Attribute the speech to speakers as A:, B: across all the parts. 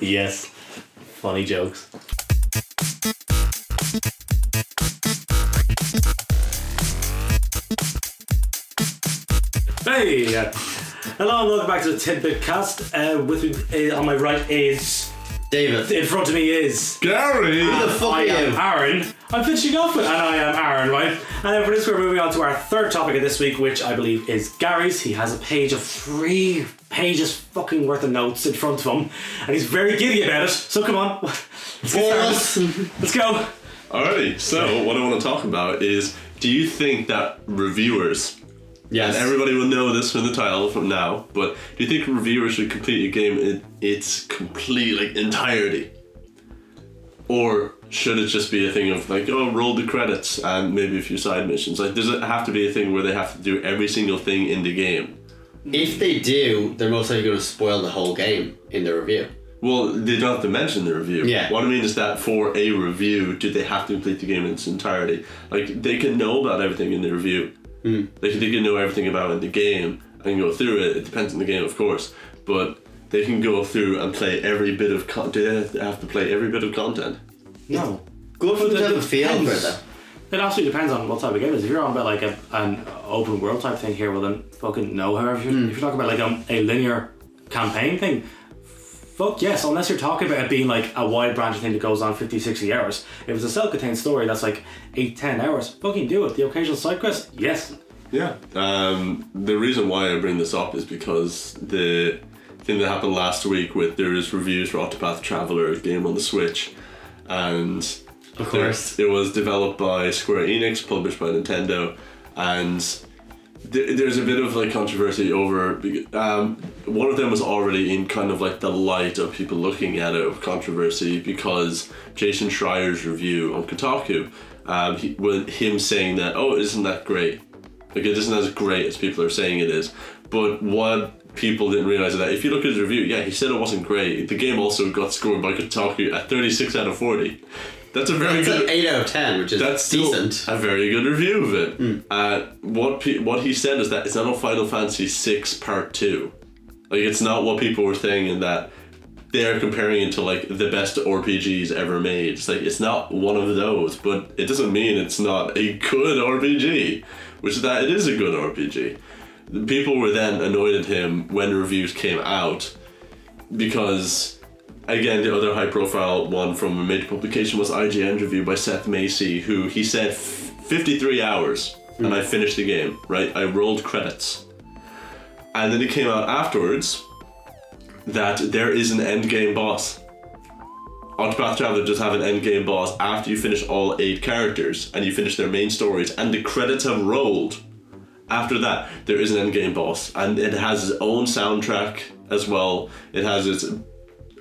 A: yes. Funny jokes. Hey! Hello and welcome back to the Tidbit Cast. Uh, with me uh, on my right is.
B: David.
A: In front of me is.
C: Gary!
B: Who the fuck
A: I
B: are you?
A: am Aaron. I'm finishing off with, and I am Aaron, right? And then for this, we're moving on to our third topic of this week, which I believe is Gary's. He has a page of three pages fucking worth of notes in front of him, and he's very giddy about it. So come on, let's get
B: Boris.
A: started. Let's go.
C: Alrighty, so what I want to talk about is do you think that reviewers, and
B: Yes.
C: everybody will know this from the title from now, but do you think reviewers should complete a game in its complete like, entirety? Or should it just be a thing of like, oh, roll the credits and maybe a few side missions? Like, does it have to be a thing where they have to do every single thing in the game?
B: if they do, they're most likely going to spoil the whole game in the review.
C: Well, they don't have to mention the review.
B: Yeah.
C: What I mean is that for a review, do they have to complete the game in its entirety? Like they can know about everything in the review. Mm. They can they can know everything about in the game and go through it. It depends on the game, of course, but they can go through and play every bit of con- do they have to play every bit of content.
A: No.
B: Good for them to
A: that
B: have a feel for
A: depends.
B: that.
A: It absolutely depends on what type of game it is. If you're on about like a, an open world type thing here, well then fucking no. However, if you're, if you're talking about like um, a, a linear campaign thing, fuck yes. Unless you're talking about it being like a wide branch thing that goes on 50, 60 hours. If it's a self-contained story that's like 8, 10 hours, fucking do it. The occasional side quest, yes.
C: Yeah. Um, the reason why I bring this up is because the thing that happened last week with there is reviews for Octopath Traveler, a game on the Switch, and
B: Of course.
C: It was developed by Square Enix, published by Nintendo, and th- there's a bit of like controversy over. Um, one of them was already in kind of like the light of people looking at it of controversy because Jason Schreier's review on Kotaku, um, he, with him saying that oh isn't that great, like it isn't as great as people are saying it is, but what. People didn't realize is that if you look at his review, yeah, he said it wasn't great. The game also got scored by Kotaku at 36 out of 40. That's a very
B: It's
C: good
B: an 8 out of 10, which is
C: that's still
B: decent. Hmm.
C: a very good review of it. Uh, what pe- what he said is that it's not on Final Fantasy VI Part Two, like it's not what people were saying in that they are comparing it to like the best RPGs ever made. It's like it's not one of those, but it doesn't mean it's not a good RPG, which is that it is a good RPG. The People were then annoyed at him when reviews came out because again, the other high profile one from a major publication was IGN review by Seth Macy, who he said "F- 53 hours and I finished the game, right? I rolled credits. And then it came out afterwards that there is an end game boss. Octopath Traveler does have an end game boss after you finish all eight characters and you finish their main stories and the credits have rolled. After that, there is an end game boss and it has its own soundtrack as well. It has its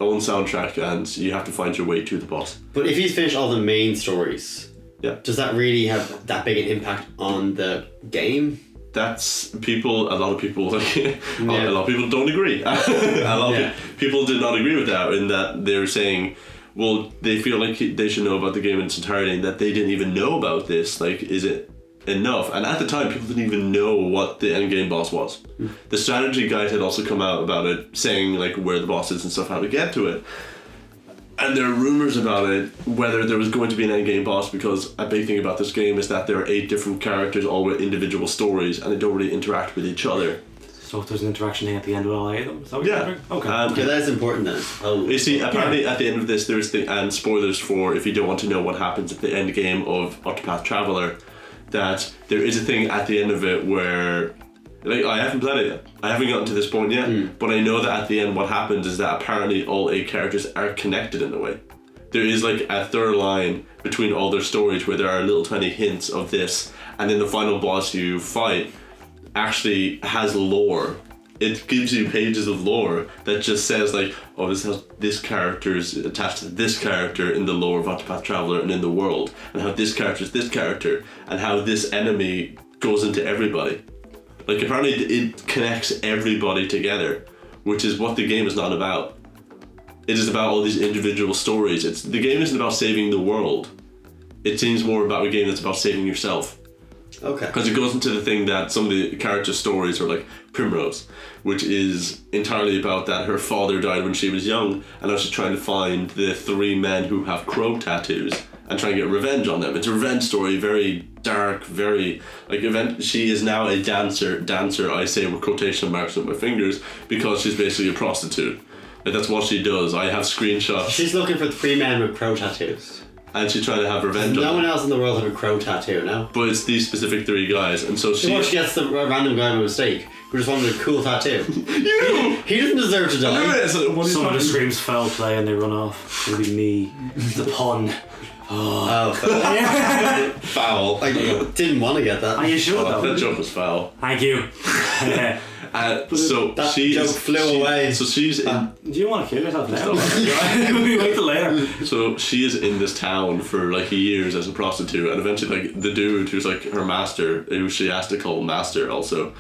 C: own soundtrack and you have to find your way to the boss.
B: But if he's finished all the main stories,
C: Yeah.
B: does that really have that big an impact on the game?
C: That's people. A lot of people, like,
B: Yeah.
C: a lot of people don't agree. a lot
B: Yeah.
C: of pe- people did not agree with that in that they were saying, well, they feel like they should know about the game in its entirety and that they didn't even know about this. Like, is it enough? And at the time, people didn't even know what the end game boss was.
B: Hmm.
C: The strategy guide had also come out about it, saying like where the boss is and stuff, how to get to it. And there are rumors about it, whether there was going to be an endgame boss, because a big thing about this game is that there are eight different characters, all with individual stories, and they don't really interact with each other.
A: So if there's an interaction thing at the end of all eight of them, is that what you're
C: Yeah.
A: doing? Okay.
C: Um,
B: Okay, that is important then. Oh,
C: You see, uh, apparently at the end of this, there's the and spoilers for if you don't want to know what happens at the end game of Octopath Traveler, that there is a thing at the end of it where, like, I haven't played it yet. I haven't gotten to this point yet, but I know that at the end, what happens is that apparently all eight characters are connected in a way. There is like a third line between all their stories where there are little tiny hints of this, and then the final boss you fight actually has lore. It gives you pages of lore that just says like, oh, this has this character is attached to this character in the lore of Octopath Traveler and in the world, and how this character is this character, and how this enemy goes into everybody. Like apparently, it- it connects everybody together, which is what the game is not about. It is about all these individual stories. It's the game isn't about saving the world. It seems more about a game that's about saving yourself.
B: Okay.
C: because it goes into the thing that some of the character stories are like Primrose, which is entirely about that her father died when she was young, and now she's trying to find the three men who have crow tattoos and try and get revenge on them. It's a revenge story, very dark, very like event. She is now a dancer, dancer. I say with quotation marks on my fingers because she's basically a prostitute. Like that's what she does. I have screenshots,
B: She's looking for three men with crow tattoos.
C: and she's trying to have revenge on
B: No
C: them.
B: one else in the world have a crow tattoo now.
C: But it's these specific three guys, and so she.
B: She gets the random guy by mistake who just wanted a cool tattoo. you! He doesn't deserve to
C: Look at
B: die.
C: this, what
A: Someone
C: is happening?
A: just screams foul play and they run off. It'll be me. the pun.
B: Oh, foul.
C: foul.
B: I didn't want to get
A: Are
B: that.
A: you sure
C: Oh, that
A: though?
C: joke was foul.
A: Thank you.
C: Uh, so
B: that
C: she
B: joke
C: is-
B: flew
C: she-
B: away. Ah.
C: So she's in.
A: Do you want to kill yourself now? we wait till later.
C: So she is in this town for like years as a prostitute, and eventually, like the dude who's like her master, who she has to call master, also,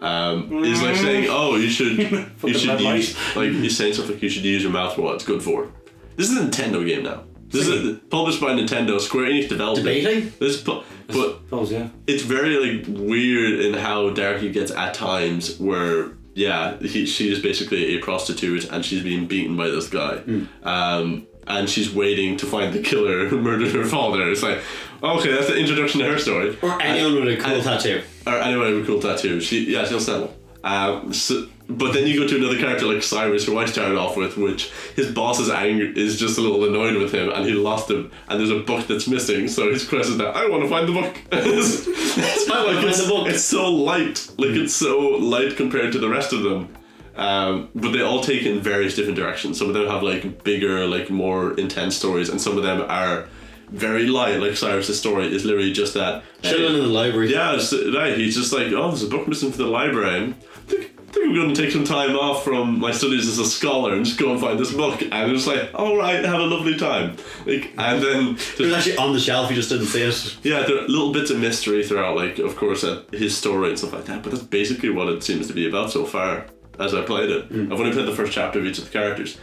C: um, is
B: Mm.
C: like saying, "Oh, you should, you should
A: bad light.
C: use like he's saying stuff like you should use your mouth for what it's good for." This is a Nintendo game now. This is published by Nintendo, Square Enix developed. it.
B: Debating?
C: This, pu- but
A: That was yeah.
C: it's very like weird in how dark he gets at times where yeah he, she is basically a prostitute and she's being beaten by this guy um, and she's waiting to find the killer who murdered her father it's like okay that's the introduction to her story
B: Or anyone with a cool tattoo.
C: or anyway with cool tattoo she yeah she'll settle um, so, but then you go to another character like Cyrus, who I started off with, which his boss is angry, is just a little annoyed with him, and he lost him, and there's a book that's missing. So his quest is that I want to find the book. It's- it's
B: I wanna
C: like
B: find
C: it's-
B: the book.
C: It's so light, like it's so light compared to the rest of them. Um, but they all take in various different directions. Some of them have like bigger, like more intense stories, and some of them are very light. Like Cyrus's story is literally just that.
B: Chilling in the library.
C: Yeah, it's, right. He's just like, oh, there's a book missing for the library. I think, I think I'm going to take some time off from my studies as a scholar and just go and find this book. And I'm just like, all right, have a lovely time. Like, and then
B: It
C: there's
B: was actually on the shelf, you just didn't see it.
C: yeah, there are little bits of mystery throughout, like of course uh, his story and stuff like that. But that's basically what it seems to be about so far as I played it. I've only played the first chapter of each of the characters,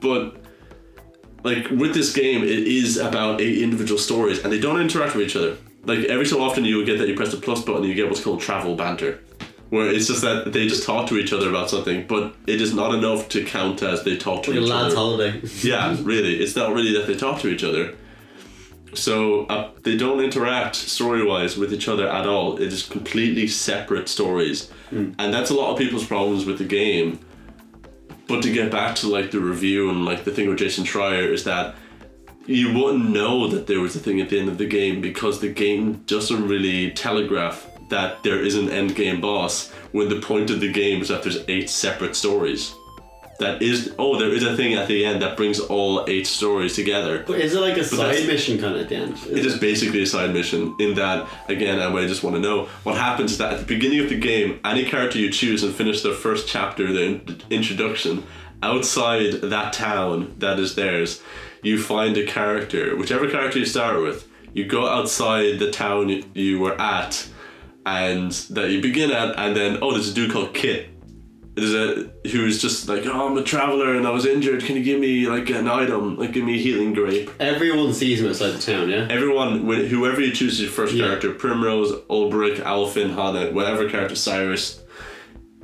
C: but like with this game, it is about eight individual stories, and they don't interact with each other. Like every so often, you would get that you press the plus button, and you get what's called travel banter, where it's just that they just talk to each other about something, but it is not enough to count as they talk to
B: Your
C: each
B: lad's
C: other.
B: holiday.
C: Yeah, really. It's not really that they talk to each other. So uh, they don't interact story wise with each other at all. It is completely separate stories. And that's a lot of people's problems with the game. But to get back to like the review and like the thing with Jason Schreier is that you wouldn't know that there was a thing at the end of the game because the game doesn't really telegraph that there is an end game boss when the point of the game is that there's eight separate stories that is oh there is a thing at the end that brings all eight stories together
B: But is it like a
C: that's-
B: side mission kind of at the end?
C: it is basically a side mission in that again and i just want to know what happens is that at the beginning of the game any character you choose and finish their first chapter their in- introduction outside that town that is theirs you find a character whichever character you start with you go outside the town y- you were at and that you begin at and then oh there's a dude called kit there's a who is just like oh i'm a traveler and i was injured can you give me like an item like give me a healing grape
B: Everyone sees him outside the town, yeah?
C: everyone, wh- whoever you choose as your first
B: Yeah.
C: character, Primrose, Ulbrich, Alfin, Hana, whatever character, Cyrus,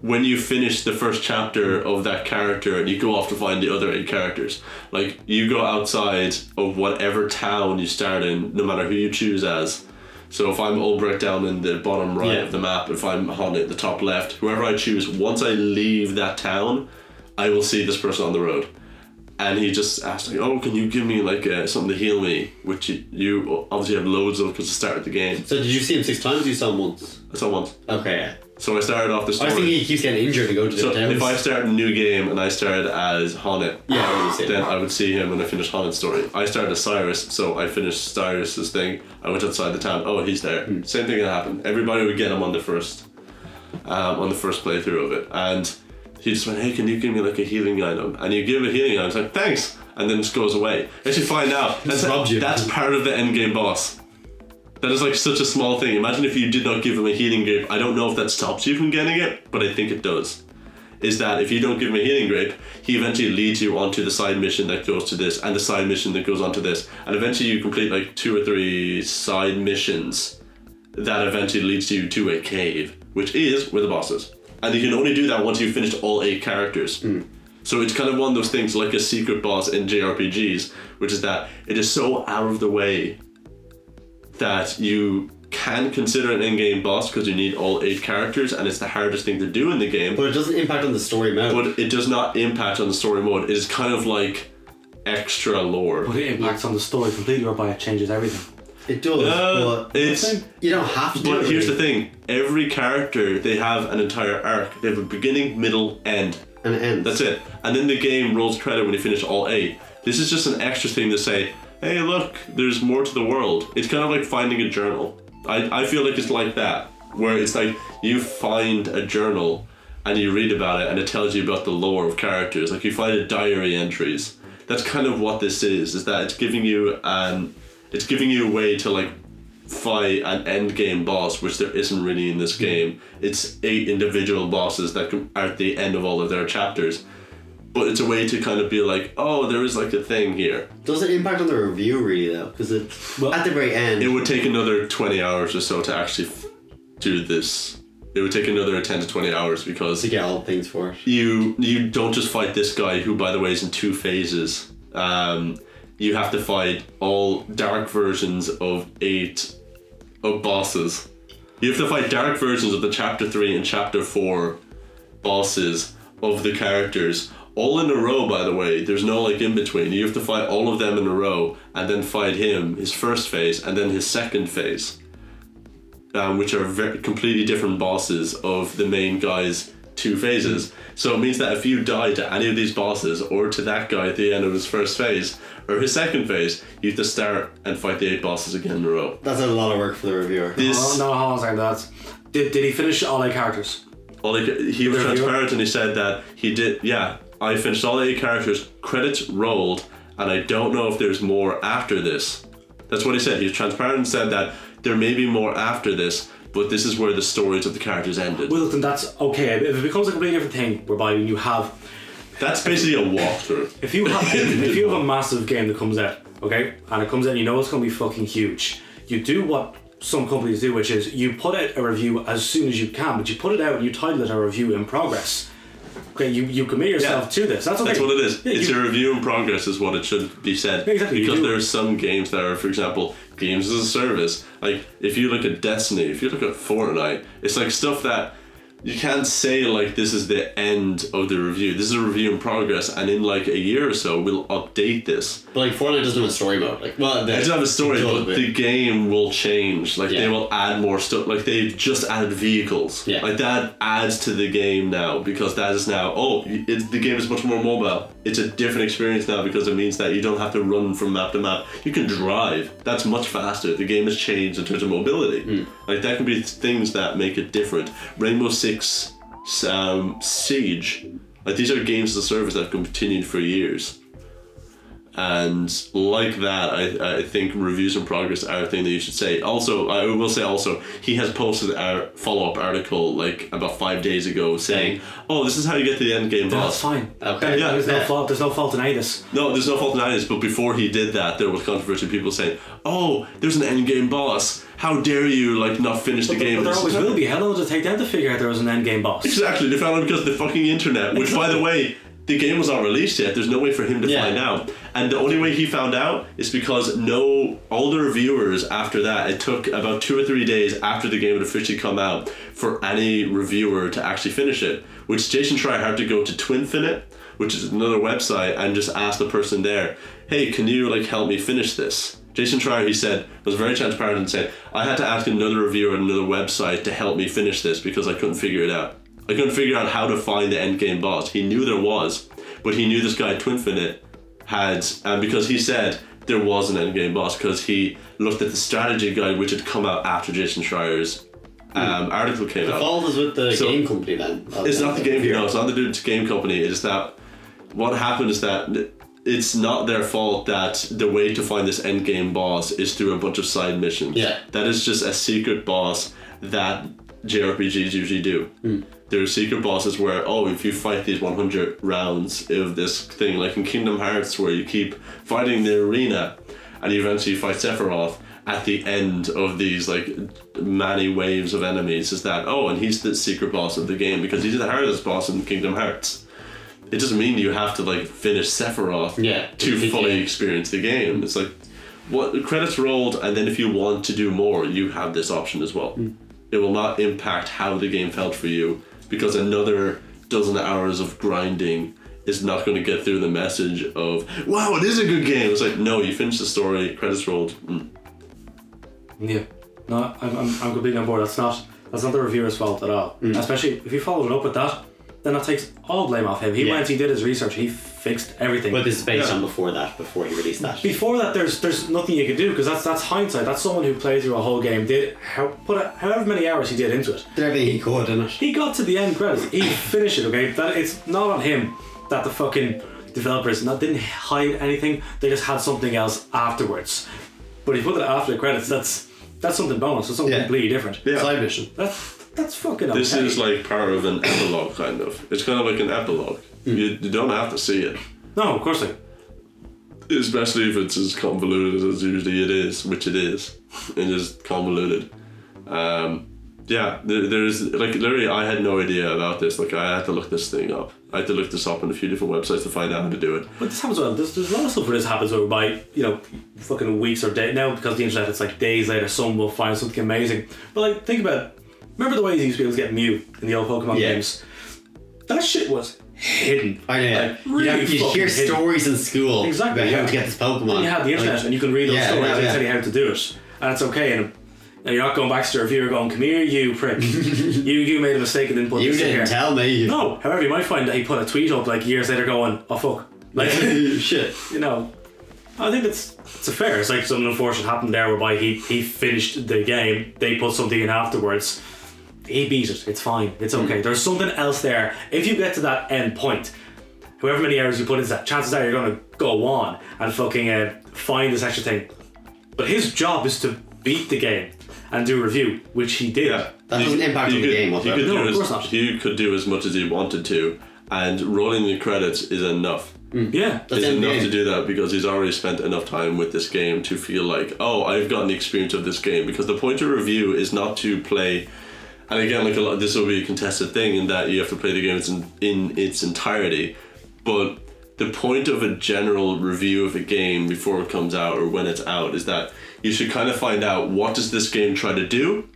C: when you finish the first chapter of that character and you go off to find the other eight characters, like you go outside of whatever town you start in, no matter who you choose as. So if I'm Ulbrich down in the bottom right
B: Yeah.
C: of the map, if I'm Hana at the top left, whoever I choose, once I leave that town, I will see this person on the road and he just asked like, "Oh, can you give me like uh, something to heal me?" Which you, you obviously have loads of because I started the game.
B: So did you see him six times? You saw him once.
C: That's all I want.
B: Okay, yeah.
C: So I started off the
B: I
C: story.
B: was thinking he keeps getting injured and going to
C: so
B: the towns.
C: if I start a new game and I started as Honnet,
B: Yeah, I would've seen
C: then
B: it.
C: I would see him when I finished Honnet's story. I started as Cyrus, so I finished Cyrus's thing. I went outside the town. Oh, he's there. Same thing that happened. Everybody would get him on the first, um, on the first playthrough of it, and he just went, "Hey, can you give me like a healing item?" And you give him a healing item. It's like, "Thanks," and then just goes away. As you find out, that's,
B: robbed you.
C: that's part of the end game boss. That is like such a small thing. Imagine if you did not give him a healing grape. I don't know if that stops you from getting it, but I think it does. Is that if you don't give him a healing grape, he eventually leads you onto the side mission that goes to this, and the side mission that goes onto this, and eventually you complete like two or three side missions that eventually leads you to a cave, which is where the boss is. And you can only do that once you've finished all eight characters. So it's kind of one of those things like a secret boss in JRPGs, which is that it is so out of the way that you can consider an in-game boss because you need all eight characters and it's the hardest thing to do in the game
B: But it doesn't impact on the story mode.
C: but it does not impact on the story mode. It is kind of like extra lore.
A: But it impacts on the story completely, whereby it changes everything.
B: it does,
C: Uh,
B: but
C: it's
B: you don't have to.
C: but here's the thing: every character they have an entire arc. They have a beginning, middle, end.
B: And it ends.
C: That's it. And then the game rolls credit when you finish all eight. This is just an extra thing to say. Hey, look, there's more to the world. It's kind of like finding a journal. I, I feel like it's like that, where it's like you find a journal and you read about it and it tells you about the lore of characters. Like you find a diary entries. That's kind of what this is, is that it's giving you an it's giving you a way to like fight an end game boss, which there isn't really in this game. It's eight individual bosses that com- are at the end of all of their chapters. But it's a way to kind of be like, oh, there is like a thing here.
B: Does it impact on the review really though? Because it
A: Well-
B: at the very end,
C: It would take another 20 hours or so to actually f- do this. It would take another 10 to 20 hours because
B: to get all things for it.
C: you you don't just fight this guy who by the way is in two phases um, you have to fight all dark versions of eight of bosses you have to fight dark versions of the chapter 3 and chapter 4 bosses of the characters all in a row by the way there's no like in between you have to fight all of them in a row and then fight him his first phase and then his second phase um, which are very, completely different bosses of the main guy's two phases. So it means that if you die to any of these bosses or to that guy at the end of his first phase or his second phase, you have to start and fight the eight bosses again in a row.
B: That's a lot of work for the reviewer.
C: This,
A: Oh, no, hold on a second. That's did, did he finish all eight characters?
C: all eight- he was
A: Reviewer?
C: transparent and he said that he did. Yeah, I finished all eight characters. Credits rolled, and I don't know if there's more after this. That's what he said. He was transparent and said that there may be more after this, but this is where the stories of the characters ended.
A: Well, then that's okay. If it becomes a completely different thing, whereby you have
C: That's basically a walkthrough.
A: If you have if you have a massive game that comes out, okay, and it comes out and you know it's gonna be fucking huge, you do what some companies do, which is you put out a review as soon as you can, but you put it out and you title it a review in progress. Okay, you, you commit yourself
C: Yeah.
A: to this. That's, okay.
C: That's what it is.
A: Yeah,
C: it's
A: you-
C: a review in progress, is what it should be said.
A: Yeah, exactly, you
C: Because
A: do.
C: there are some games that are, for example, games as a service. Like if you look at Destiny, if you look at Fortnite, it's like stuff that you can't say like this is the end of the review. This is a review in progress, and in like a year or so, we'll update this.
B: But like Fortnite doesn't have a story mode. Like well,
C: I
B: it
C: do have a story, but
B: bit.
C: the game will change. Like they
B: Yeah.
C: will add more stuff. Like they just added vehicles.
B: Yeah.
C: Like that adds to the game now because that is now oh it's, the game is much more mobile. It's a different experience now because it means that you don't have to run from map to map. You can drive. That's much faster. The game has changed in terms of mobility.
B: Hmm.
C: Like that can be things that make it different. Rainbow Six um, Siege. Like these are games as a service that have continued for years. And like that, I, I think reviews in progress are a thing that you should say. Also, I will say also, he has posted a follow up article like about five days ago saying, "Oh, this is how you get to the end game
A: that's
C: boss."
A: fine.
B: Okay.
C: Yeah.
A: There's no fault there's no fault in Aidis.
C: No, there's no fault in that. But before he did that, there was controversy. People saying, "Oh, there's an end game boss. How dare you like not finish the game?"
A: But there
C: This
A: always
C: is-
A: will be. How long did it take them to figure out there was an end game boss?
C: Exactly, they found out because of the fucking internet, which, by the way, the game was not released yet. There's no way for him to
B: Yeah.
C: find out. And the only way he found out is because no, all the reviewers after that, it took about two or three days after the game had officially come out for any reviewer to actually finish it, which Jason Schreier had to go to Twinfinite, which is another website, and just ask the person there, hey, can you, like, help me finish this? Jason Schreier, he said, was very transparent and said, I had to ask another reviewer at another website to help me finish this because I couldn't figure it out. I couldn't figure out how to find the end game boss. He knew there was, but he knew this guy Twinfinite had, and because he said there was an end game boss, because he looked at the strategy guide which had come out after Jason Schreier's um, article came out.
B: fault is with Hmm. the
C: So-
B: game company then.
C: It's not the game. No, it's not the dude's game company. It's that what happened is that it's not their fault that the way to find this end game boss is through a bunch of side missions.
B: Yeah.
C: that is just a secret boss that JRPGs usually do.
B: Hmm.
C: There are secret bosses where oh, if you fight these 100 rounds of this thing, like in Kingdom Hearts, where you keep fighting the arena, and you eventually fight Sephiroth. at the end of these like many waves of enemies is that oh and he's the secret boss of the game because he's the hardest boss in Kingdom Hearts. It doesn't mean you have to like finish Sephiroth
B: Yeah,
C: to
B: the
C: fully
B: game.
C: experience the game. It's like what credits rolled and then if you want to do more you have this option as well. It will not impact how the game felt for you because another dozen hours of grinding is not going to get through the message of wow it is a good game. It's like no you finished the story credits rolled. Mm.
A: Yeah. No, I'm, I'm, I'm completely on board. That's not that's not the reviewer's fault at all. Especially if you followed it up with that, then that takes all blame off him. He
B: Yeah.
A: went, he did his research, he fixed everything.
B: But this is based
C: Yeah.
B: on before that, before he released that.
A: before that, there's there's nothing you can do because that's that's hindsight. That's someone who played through a whole game, did how, put a, however many hours he did into it.
B: Did everything he could, didn't it?
A: He got to the end credits. He finished it. Okay, that it's not on him that the fucking developers not didn't hide anything. They just had something else afterwards. But if you put it after the credits. That's that's something bonus. It's something
B: Yeah.
A: completely different.
B: Side mission.
A: That's that's fucking.
C: This
A: okay.
C: is like part of an epilogue, kind of. It's kind of like an epilogue. You, you don't have to see it,
A: no, of course not.
C: especially if it's as convoluted as usually it is, which it is. It is convoluted. Um, yeah, there, there's like literally, I had no idea about this. Like, I had to look this thing up. I had to look this up on a few different websites to find out how to do it.
A: But this happens well. There's, there's a lot of stuff where this happens over by, you know, fucking weeks or days. Now, because of the internet, it's like days later, someone will find something amazing. But, like, think about it. Remember the ways you used to be able to get Mew in the old Pokemon
B: Yeah.
A: games? That shit was hidden.
B: I know. yeah.
A: Like, really
B: you, you hear
A: fucking hidden.
B: stories in school
A: Exactly,
B: about
A: yeah.
B: how to get this Pokemon.
A: You have the internet
B: Like,
A: and you can read those
B: yeah,
A: stories
B: yeah,
A: and
B: yeah.
A: tell you how to do it. And it's okay. And, and you're not going back to your viewer going, come here, you prick. you you made a mistake and didn't put
B: you
A: this in here.
B: didn't tell me.
A: no. However, you might find that he put a tweet up, like, years later going, oh, fuck. Like,
B: Shit.
A: you know, I think it's it's a fair. It's like something unfortunate happened there whereby he he finished the game. They put something in afterwards. He beat it. It's fine. It's okay.
C: Mm.
A: There's something else there. If you get to that end point, however many hours you put into that, chances are you're gonna go on and fucking uh, find this extra thing. But his job is to beat the game and do a review, which he did.
C: Yeah.
B: That doesn't impact on the game whatsoever.
C: He could,
A: No,
C: do
A: of course
C: as,
A: not.
C: he could do as much as he wanted to, and rolling the credits is enough.
A: Yeah.
B: That's
C: is
B: in the
C: enough
B: game.
C: to do that because he's already spent enough time with this game to feel like, oh, I've gotten the experience of this game. Because the point of review is not to play, and again, like a lot, this will be a contested thing in that you have to play the game in, in its entirety. But the point of a general review of a game before it comes out or when it's out is that you should kind of find out what does this game try to do,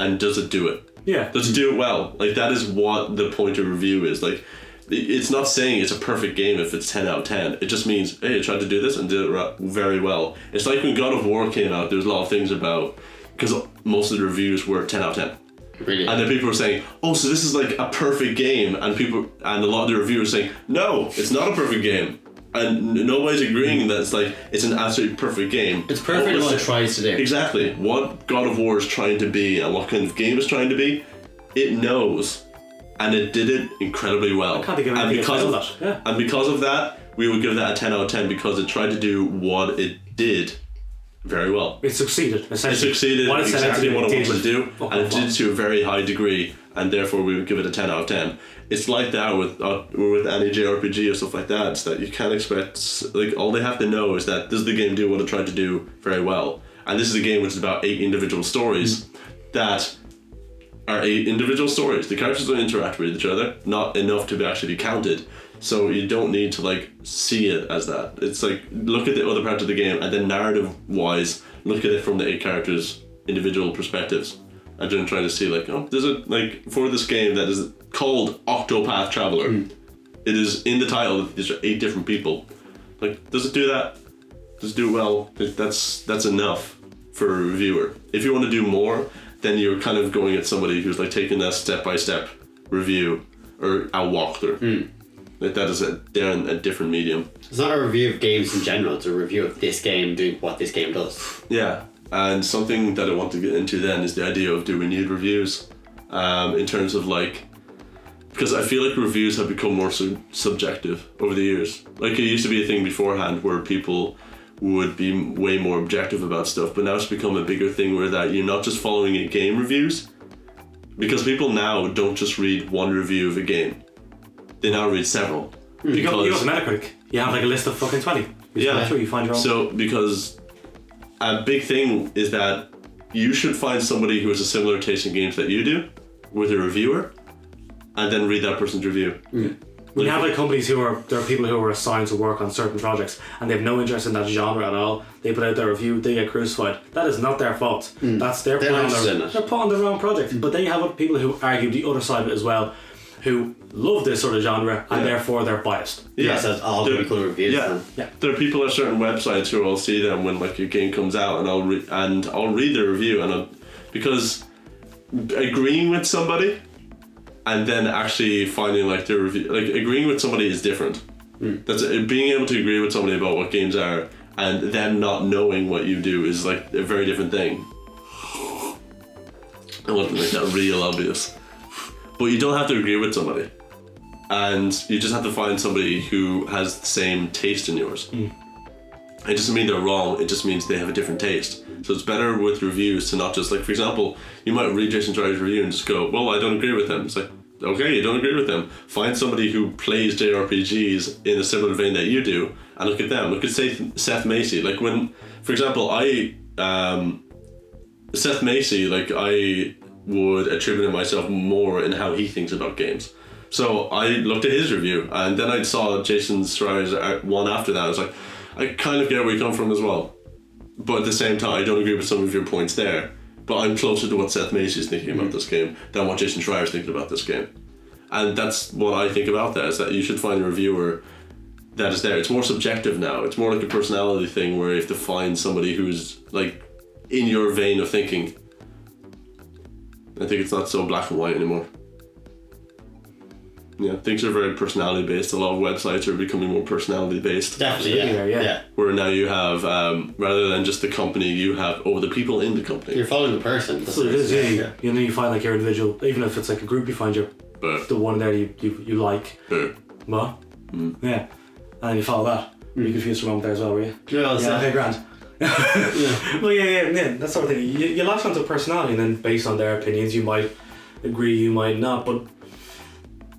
C: and does it do it?
A: Yeah.
C: Let's do it well. Like that is what the point of review is. Like i- it's not saying it's a perfect game if it's 10 out of 10. It just means hey, I tried to do this and did it ra- very well. It's like when God of War came out, there's a lot of things about because most of the reviews were 10 out of 10.
B: Really?
C: And then people were saying, "Oh, so this is like a perfect game," and people and a lot of the reviewers saying, "No, it's not a perfect game," and n- nobody's agreeing that it's like it's an absolutely perfect game.
B: It's perfect in
C: was
B: what it
C: sa-
B: tries to do.
C: Exactly what God of War is trying to be and what kind of game it's trying to be. It knows, and it did it incredibly well.
A: can't think of
C: and
A: anything
C: because of
A: else like that,
C: and because of that, we would give that a ten out of ten because it tried to do what it did very well
A: It succeeded. Essentially.
C: succeeded
A: What it set out
C: exactly
A: to do,
C: what
A: it
C: it wanted to
A: did.
C: do,
A: Fuck
C: and it
A: off.
C: did to a very high degree, and therefore we would give it a 10 out of 10. It's like that with uh, with any JRPG or stuff like that. It's that you can't expect like all they have to know is that does the game do what it tried to do very well, and this is a game which is about eight individual stories
A: Mm.
C: that are eight individual stories. The characters don't interact with each other, not enough to be actually be counted. So you don't need to like see it as that. It's like look at the other part of the game and then narrative wise, look at it from the eight characters' individual perspectives. And then trying to see like, oh, there's a like for this game that is called Octopath Traveler. It is in the title that these are eight different people. Like, does it do that? Does it do well? That's that's enough for a reviewer. If you want to do more, then you're kind of going at somebody who's like taking that step by step review or a walkthrough. Like that is a they're in a different medium.
B: It's not a review of games in general, it's a review of this game doing what this game does.
C: Yeah, and something that I want to get into then is the idea of do we need reviews? Um, in terms of like, because I feel like reviews have become more sub- subjective over the years. Like it used to be a thing beforehand where people would be m- way more objective about stuff, but now it's become a bigger thing where that you're not just following in game reviews, because people now don't just read one review of a game; they now read several.
A: Mm. You go, you go
C: Because-
A: to Metacritic. You have like a list of fucking twenty.
C: yeah.
A: That's where you find your own.
C: So because a big thing is that you should find somebody who has a similar taste in games that you do with a reviewer and then read that person's review.
A: We have like companies who are there are people who are assigned to work on certain projects and they have no interest in that genre at all. They put out their review, they get crucified. That is not their fault. That's their
B: Mm. They're
A: plan.
B: not
A: They're,
B: in it.
A: they're put on the wrong project. But then you have other people who argue the other side of it as well, who love this sort of genre and therefore they're biased.
B: Yes, that's all
C: There-
B: critical reviews.
C: Yeah.
B: then.
A: Yeah.
C: there are people at certain websites who I'll see them when like a game comes out, and I'll re- and I'll read their review, and I'll, because agreeing with somebody, and then actually finding like their review, like agreeing with somebody is different.
B: Hmm.
C: That's being able to agree with somebody about what games are, and them not knowing what you do is like a very different thing. I want to make that real obvious, but you don't have to agree with somebody and you just have to find somebody who has the same taste in yours. It doesn't mean they're wrong, it just means they have a different taste. So it's better with reviews to not just like, for example, you might read Jason Schreier's review and just go, well, I don't agree with them. It's like, okay, you don't agree with them. Find somebody who plays JRPGs in a similar vein that you do and look at them. Look at Seth, Seth Macy. Like when, for example, I, um, Seth Macy, like I would attribute it myself more in how he thinks about games. So I looked at his review, and then I saw Jason Schreier's uh, one after that. I was like, I kind of get where you come from as well, but at the same time, I don't agree with some of your points there. But I'm closer to what Seth Macy's thinking about this game than what Jason Schreier's thinking about this game, and that's what I think about that is that you should find a reviewer that is there. It's more subjective now. It's more like a personality thing where you have to find somebody who's like in your vein of thinking. I think it's not so black and white anymore. Yeah, things are very personality based. A lot of websites are becoming more personality based.
B: Definitely, yeah.
A: Anywhere, yeah.
B: yeah.
C: Where now you have, um, rather than just the company, you have, oh, the people in the company.
B: You're following the person.
A: So it is, yeah. you- You know, you find like your individual, even if it's like a group, you find your
C: But, uh,
A: the one there you, you, you like.
C: but
A: What?
B: Mm.
A: Yeah. And then you follow that. You confused for a moment there as well, were you?
B: No, it's
A: Yeah,
B: not-
A: okay, grand. Well, yeah, yeah, yeah, that sort of thing. You, you latch onto personality, and then based on their opinions, you might agree, you might not, but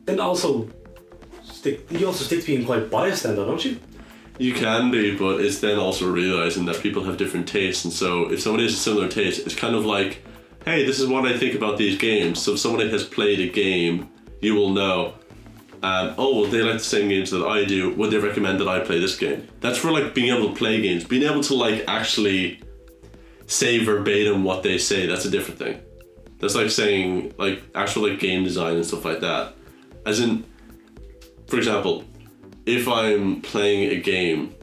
A: then also stick. You also stick to being quite biased, then, though, don't you?
C: you can be, but it's then also realizing that people have different tastes. And so if somebody has a similar taste, it's kind of like, hey, this is what I think about these games. So if somebody has played a game, you will know. Um, oh, well, they like the same games that I do. Would they recommend that I play this game? That's for like being able to play games. Being able to like actually say verbatim what they say. That's a different thing. That's like saying like actual like game design and stuff like that. As in, for example, if I'm playing a game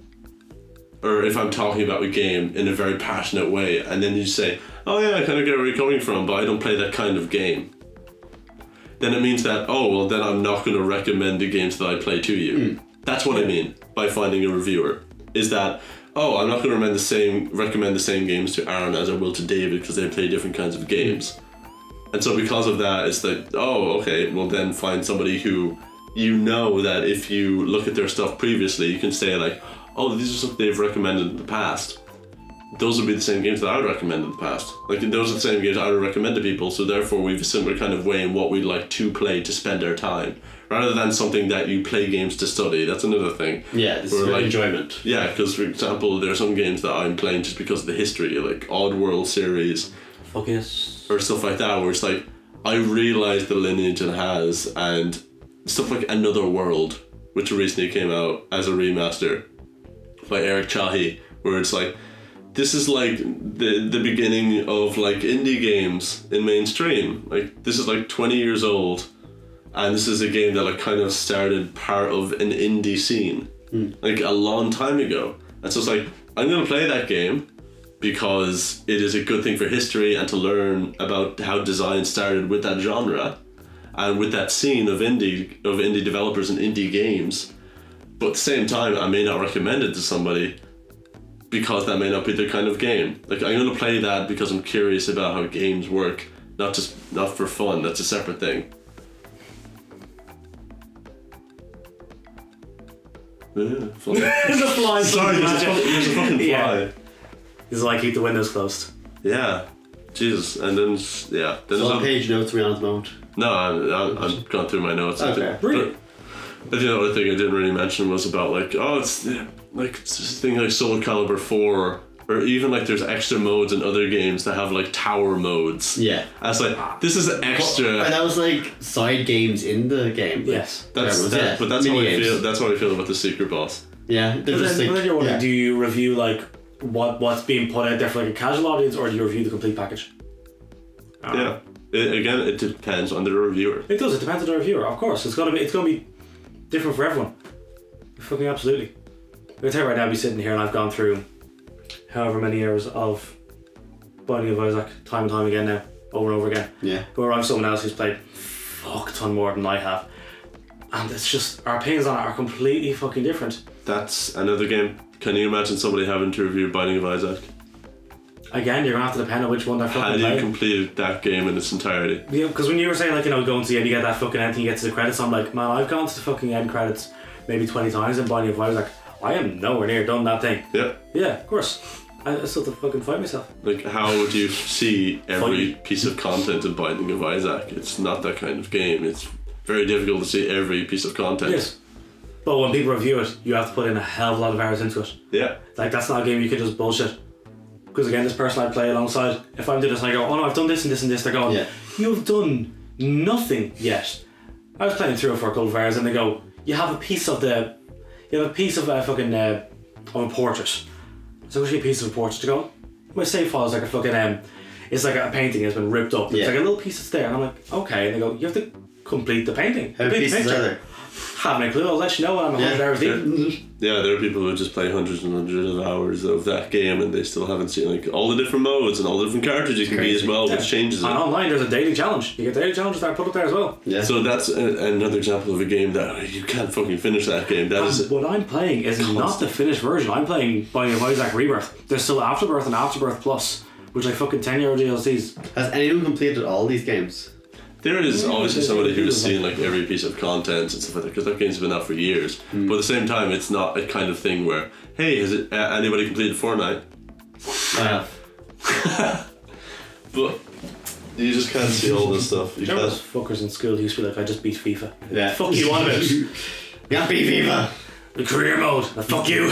C: or if I'm talking about a game in a very passionate way, and then you say, Oh, yeah, I kind of get where you're coming from, but I don't play that kind of game, then it means that, oh, well, then I'm not going to recommend the games that I play to you. That's what I mean by finding a reviewer, is that, oh, I'm not going to recommend the same recommend the same games to Aaron as I will to David because they play different kinds of games. And so because of that, it's like, oh, okay, well then find somebody who you know that if you look at their stuff previously, you can say like, oh, these are stuff they've recommended in the past. Those would be the same games that I would recommend in the past. Like those are the same games I would recommend to people. So therefore, we have a similar kind of way in what we'd like to play to spend our time, rather than something that you play games to study. That's another thing.
B: Yeah, this
C: We're
B: is
C: like-
B: enjoyment.
C: Yeah, because for example, there are some games that I'm playing just because of the history, like Oddworld series
A: Fuck yes.
C: or stuff like that, where it's like I realize the lineage it has, and stuff like Another World, which recently came out as a remaster by Eric Chahi, where it's like this is like the the beginning of like indie games in mainstream. Like this is like 20 years old, and this is a game that like kind of started part of an indie scene like a long time ago. And so it's like I'm gonna play that game because it is a good thing for history and to learn about how design started with that genre and with that scene of indie of indie developers and indie games. But at the same time, I may not recommend it to somebody because that may not be their kind of game. Like I'm gonna play that because I'm curious about how games work, not just not for fun. That's a separate thing. Yeah, fly.
A: There's a fly.
C: Sorry, there's a, fucking- there's a fucking fly.
A: Yeah. He's like keep the windows closed.
C: Yeah. Jesus. And then, yeah. Then
B: It's
C: there's
B: on
C: a,
B: page notes, to be honest, moment.
C: no, I'm, I'm, I'm gone through my notes. I
B: Okay.
C: think- But the other thing I didn't really mention was about, like, oh, it's like it's this thing like Soul Calibur 4 or or even like there's extra modes in other games that have like tower modes.
B: Yeah.
C: I was like, this is extra.
B: And that was like side games in the game.
A: Yes.
C: That's
B: Whatever,
C: that,
B: yeah,
C: but that's how I
B: mini-games.
C: feel. That's how I feel about the secret boss.
B: Yeah, they're
A: But
B: just
A: then, but
B: like
A: then you're wondering,
B: yeah.
A: do you review like what what's being put out there for like a casual audience, or do you review the complete package? Uh,
C: Yeah. It, again, it depends on the reviewer.
A: It does. It depends on the reviewer, of course. It's gonna be. It's gonna be different for everyone. Fucking absolutely. I can tell you right now, I'd be sitting here and I've gone through however many years of Binding of Isaac time and time again now, over and over again.
B: yeah.
A: Where I'm someone else who's played fuck ton more than I have, and it's just our opinions on it are completely fucking different.
C: That's another game. Can you imagine somebody having to review Binding of Isaac?
A: Again, you're gonna have to depend on which one they're
C: Had
A: fucking
C: you
A: playing.
C: completed that game in its entirety?
A: Yeah, because when you were saying like you know going to the end, you get that fucking end, and you get to the credits. I'm like, man, I've gone to the fucking end credits maybe twenty times in Bonnie of Isaac. I am nowhere near done that thing.
C: Yeah.
A: Yeah, of course. I, I still have to fucking fight myself.
C: Like, how do you see every
A: Funny.
C: piece of content in Binding of Isaac? It's not that kind of game. It's very difficult to see every piece of content.
A: Yes, but when people review it, you have to put in a hell of a lot of hours into it.
C: Yeah.
A: Like that's not a game you can just bullshit. Because again, this person I play alongside, if I'm doing this and I go, oh no, I've done this and this and this, they're going,
B: Yeah.
A: you've done nothing yet. I was playing through it for a couple of hours and they go, you have a piece of the, you have a piece of a fucking, uh, of a portrait. So I go, "What's your piece of a portrait to go, my save file is like a fucking, um, it's like a painting that's been ripped up. It's
B: Yeah.
A: like a little piece that's there. And I'm like, okay. And they go, you have to complete the painting.
B: How many
A: complete the
B: pieces
A: picture."
B: are there?
A: Haven't a clue. I'll let you know when I'm 100
B: Yeah.
A: hours deep.
C: Yeah, there are people who just play hundreds and hundreds of hours of that game and they still haven't seen like all the different modes and all the different characters you can be as
B: crazy.
C: well,
A: Yeah. Uh-huh.
C: which changes
A: And
C: it.
A: online, there's a daily challenge. You get daily challenges that are put up there as well.
B: Yeah.
C: So that's a, another example of a game that you can't fucking finish that game. That is
A: What I'm playing is not the finished version. I'm playing Binding of Isaac Rebirth. There's still Afterbirth and Afterbirth Plus, which are fucking 10 euro DLCs.
B: Has anyone completed all these games?
C: There is obviously
A: there's
C: somebody who has
A: people
C: seen like every piece of content and stuff like that because that game's been out for years. But at the same time, it's not a kind of thing where hey, has it, uh, anybody completed Fortnite?
B: I have.
C: But you just can't see all this stuff. You
A: You remember
C: can't.
A: those fuckers in school who used to be like, I just beat FIFA.
B: Yeah.
A: Fuck you, one of us.
B: Yappy Viva!
A: The career mode. Now, fuck you.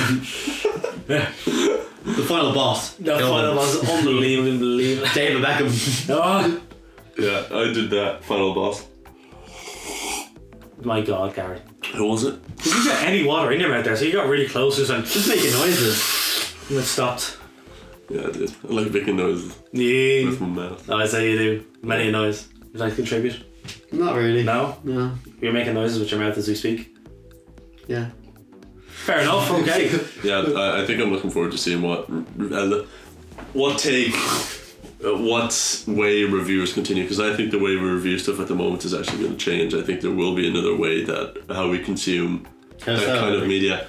B: The final boss.
A: That
B: Kill
A: final
B: him.
A: was unbelievable, unbelievable.
B: David Beckham.
A: Oh,
C: Yeah, I did that final boss.
A: my god, Gary.
C: Who was it?
A: Did you get any water in your mouth there? So you got really close and
B: Just making noises.
A: and it stopped.
C: Yeah, I did. I like making noises
A: Yeah.
C: with my mouth.
A: No, I say you do. Many a noise. Would you like to contribute?
B: Not really.
A: No?
B: No.
A: You're making noises with your mouth as we speak.
B: Yeah.
A: Fair enough, okay.
C: Yeah, I, I think I'm looking forward to seeing what uh, what take. uh, What way reviewers continue because I think the way we review stuff at the moment is actually going to change. I think there will be another way that how we consume
B: How
C: that
B: so?
C: kind of media.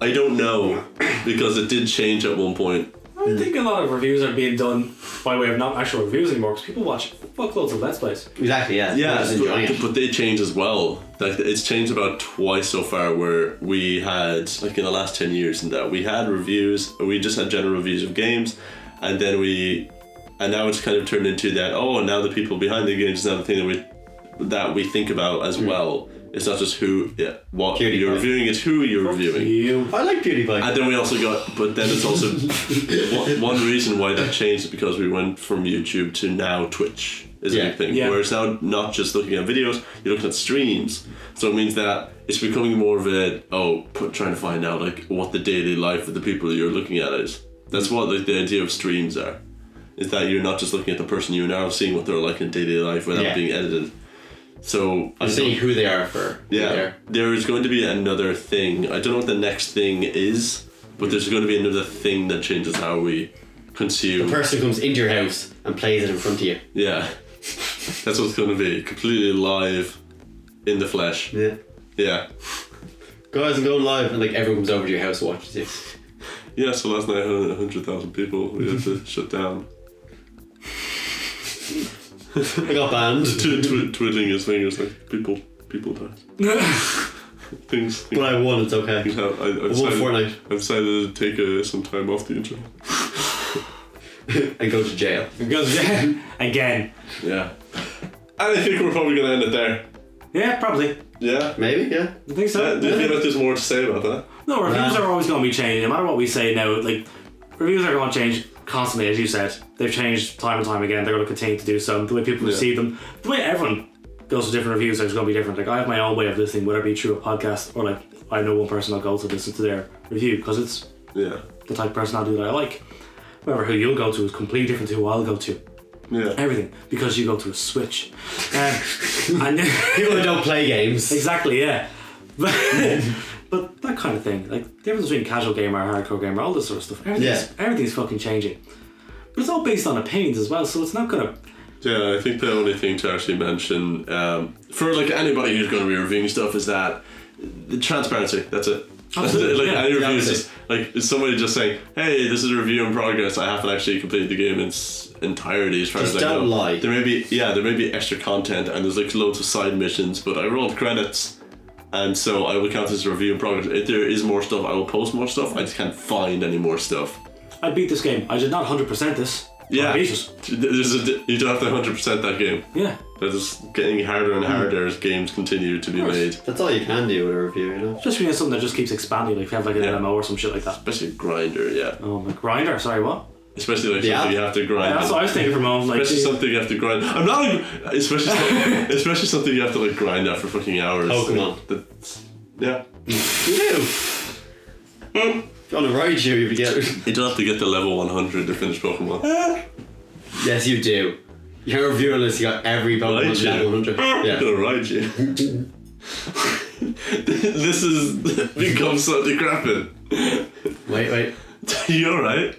C: I don't know because it did change at one point.
A: I think a lot of reviews are being done by way of not actual reviews anymore because people watch fuckloads of Let's Plays.
B: Exactly, yeah.
C: Yeah,
B: I was enjoying
C: but,
B: it.
C: but they change as well. Like it's changed about twice so far. Where we had like in the last ten years and that we had reviews. We just had general reviews of games, and then we, and now it's kind of turned into that. Oh, now the people behind the games is now the thing that we that we think about
B: Hmm.
C: as well. It's not just who, yeah, what
B: Purely
C: you're
B: by-
C: reviewing. It's who you're reviewing.
A: You.
B: I like PewDiePie.
C: And then we also got, but then it's also one, one reason why that changed is because we went from YouTube to now Twitch is a
B: Yeah.
C: big thing.
A: Yeah.
C: Where it's now not just looking at videos, you're looking at streams. So it means that it's becoming more of a oh, put, trying to find out like what the daily life of the people you're looking at is. That's what like the idea of streams are, is that you're not just looking at the person you are now, seeing what they're like in daily life without
B: Yeah.
C: being edited. So I
B: I'm
C: don't-
B: seeing who they are for.
C: yeah.
B: There.
C: There is going to be another thing. I don't know what the next thing is, but there's going to be another thing that changes how we
B: The
C: consume.
B: person comes into your house and plays it in front of you.
C: yeah. That's what's going to be. Completely live in the flesh.
B: Yeah.
C: Yeah.
B: Guys, I'm going live. And like everyone comes over to your house and watches you.
C: Yeah, so last night I had 100,000 people. We had to shut down.
B: I got banned.
C: Tw- tw- twiddling his fingers like people people died. Things, things
B: But I won, it's okay.
C: I, I, I've,
B: One
C: decided,
B: Fortnite
C: I've decided to take uh, some time off the intro.
B: and go to jail.
A: Because, yeah. Again.
C: Yeah. And I think we're probably going to end it there.
A: Yeah, probably.
C: Yeah.
B: Maybe, yeah.
A: You think so?
C: Uh, do you feel like there's more to say about that?
A: No, reviews
B: Nah.
A: are always going to be changing. No matter what we say now, like, reviews are going to change constantly, as you said. They've changed time and time again. They're going to continue to do so. The way people receive them, the way everyone goes to different reviews is going to be different. Like I have my own way of listening, whether it be through a podcast or like I know one person I'll go to listen to their review because it's
C: Yeah.
A: the type of personality that I like. However, who you'll go to is completely different to who I'll go to.
C: Yeah.
A: Everything because you go to a switch. Um, and
B: People who don't play games.
A: Exactly, yeah. But, but that kind of thing, like the difference between casual gamer, hardcore gamer, all this sort of stuff. Everything's, everything's fucking changing. But it's all based on opinions as well, so it's not gonna.
C: Yeah, I think the only thing to actually mention um, for like anybody who's going to be reviewing stuff is that the transparency. That's it. That's it.
A: Absolutely,
C: Like
A: yeah.
C: any
B: Yeah,
C: review is
B: that's
C: just like is somebody just saying, "Hey, this is a review in progress. I haven't actually completed the game in its entirety." As far
B: Just
C: as I
B: don't
C: know.
B: lie.
C: There may be yeah, there may be extra content and there's like loads of side missions, but I rolled credits. And so I will count this as a review in progress. If there is more stuff, I will post more stuff. I just can't find any more stuff.
A: I beat this game. I did not hundred percent this. but
C: Yeah,
A: I beat it.
C: There's a, you don't have to 100% that game.
A: Yeah.
C: That is getting harder and harder as games continue to be
A: Hmm. course.
C: made.
B: That's all you can do with a review, you know?
A: Especially when it's something that just keeps expanding, like if you have like an
C: Yeah.
A: MMO or some shit like that.
C: Especially grinder, yeah.
A: Oh my grinder. Sorry, what?
C: Especially like
B: Yeah.
C: something you have to grind.
A: Yeah, that's what I was thinking for a moment. Like,
C: especially something you have to grind. I'm not. A, especially some- especially something you have to like grind out for fucking hours.
A: Oh,
B: Pokemon.
C: That's- yeah.
B: You do! If you want to Hmm? ride you, you get.
C: You don't have to get to level 100 to finish Pokemon.
B: yes, you do. You're a reviewer unless you got every Pokemon
C: Raichu.
B: level 100.
C: I'm
B: Yeah.
C: gonna ride you. this has become so decrepit.
B: Wait, wait.
C: you alright?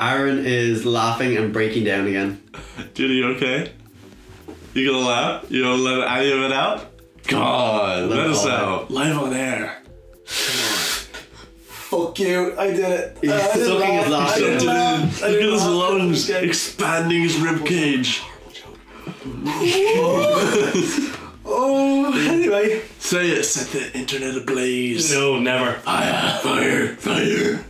B: Aaron is laughing and breaking down again.
C: Dude, are you okay? You gonna laugh? You gonna let any of it out? God, let,
B: it
C: us
B: all
C: out. Live on air.
D: Fuck you, I did it.
B: He's
D: Uh, I didn't
B: sucking his
D: laugh. I
B: lime.
D: didn't
C: Dude,
D: laugh. I
C: Look at
D: didn't
C: his
D: laugh.
C: lungs expanding his ribcage.
D: Oh, anyway.
C: Say it, set the internet ablaze.
A: no, never.
C: Fire, fire, fire.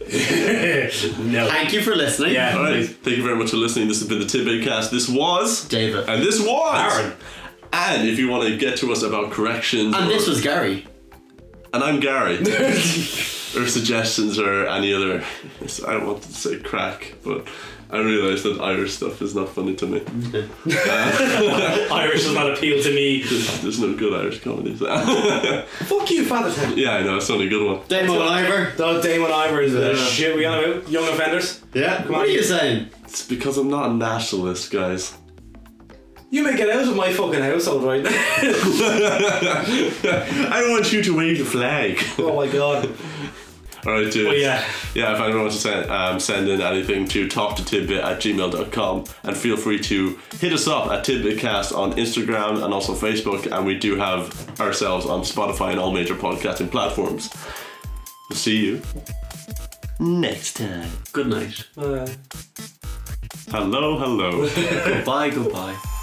A: no.
B: Thank you for listening.
A: Yeah.
C: Alright, thank you very much for listening. This has been the Tidbit Cast. This was.
B: David.
C: And this was.
B: Aaron.
C: And if you want to get to us about corrections.
B: And
C: or-
B: this was Gary.
C: And I'm Gary. or suggestions or any other. I wanted to say crack, but I realised that Irish stuff is not funny to me.
A: Irish does not appeal to me.
C: There's, there's no good Irish comedy. So.
D: Fuck you, Father Ted.
C: yeah, I know, it's not a good one.
B: Damon Oliver.
A: Don't Damon Ivor is the shit we on about. Young offenders.
B: Yeah.
A: on.
B: What are you saying?
C: It's because I'm not a nationalist, guys.
A: You may get out of my fucking household right now.
C: I don't want you to wave the flag.
A: oh my god.
C: Alright,
B: Oh,
C: dude.
A: But yeah.
C: Yeah, if anyone wants to send, um, send in anything to talktotidbit at gmail.com and feel free to hit us up at tidbitcast on Instagram and also Facebook. And we do have ourselves on Spotify and all major podcasting platforms. We'll see you next time.
B: Good night.
A: Uh,
C: Hello, hello.
B: Goodbye, goodbye.